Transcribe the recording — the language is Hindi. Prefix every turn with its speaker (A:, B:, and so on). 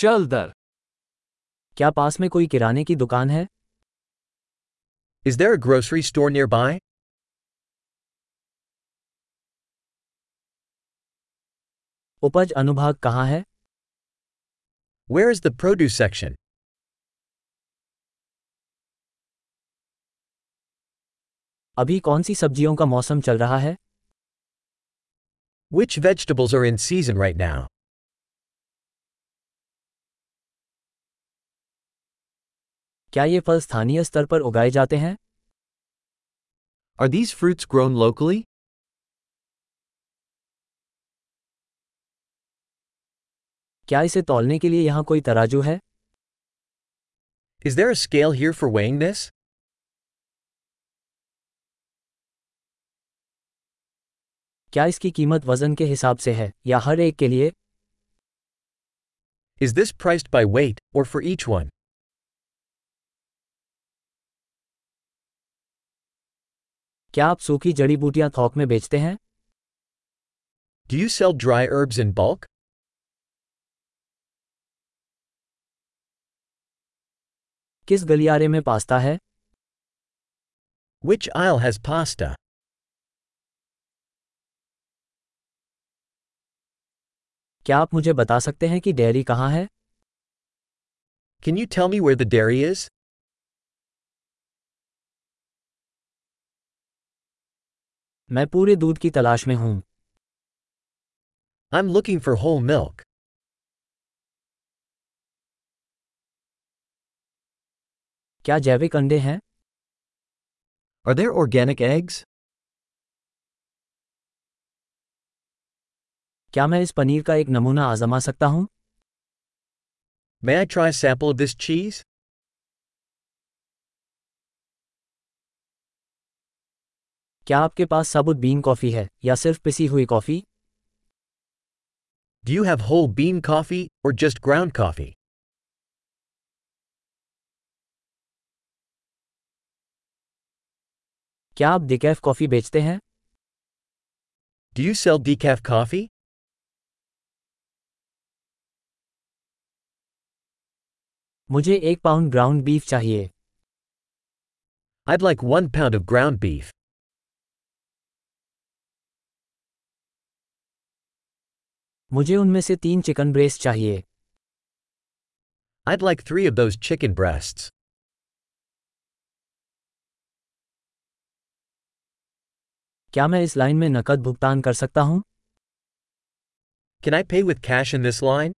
A: चल दर
B: क्या पास में कोई किराने की दुकान है
C: Is there a grocery store nearby?
B: उपज अनुभाग कहाँ है
C: Where is the produce section?
B: अभी कौन सी सब्जियों का मौसम चल रहा है
C: Which vegetables are in season right now?
B: क्या ये फल स्थानीय स्तर पर उगाए जाते हैं
C: Are these fruits grown locally?
B: क्या इसे तौलने के लिए यहाँ कोई तराजू है
C: Is there a scale here for weighing this?
B: क्या इसकी कीमत वजन के हिसाब से है या हर एक के लिए
C: Is this priced by weight, or for each one?
B: क्या आप सूखी जड़ी बूटियां थोक में बेचते हैं
C: Do you sell dry herbs in bulk?
B: किस गलियारे में पास्ता है
C: Which aisle has pasta?
B: क्या आप मुझे बता सकते हैं कि डेयरी कहाँ है
C: Can you tell me where the dairy is?
B: मैं पूरे दूध की तलाश में हूँ
C: I'm looking for whole milk.
B: क्या जैविक अंडे हैं
C: Are there organic eggs?
B: क्या मैं इस पनीर का एक नमूना आजमा सकता हूँ
C: May I try a sample of this cheese?
B: क्या आपके पास साबुत बीन कॉफ़ी है या सिर्फ पिसी हुई coffee
C: Do you have whole bean coffee, or just ground coffee?
B: क्या आप डिकैफ कॉफ़ी बेचते हैं
C: Do you sell decaf coffee?
B: मुझे एक पाउंड ग्राउंड बीफ चाहिए
C: I'd like one pound of ground beef.
B: मुझे उनमें से तीन चिकन ब्रेस्ट चाहिए
C: I'd like three of those chicken breasts.
B: क्या मैं इस लाइन में नकद भुगतान कर सकता हूँ
C: Can I pay with cash in this line?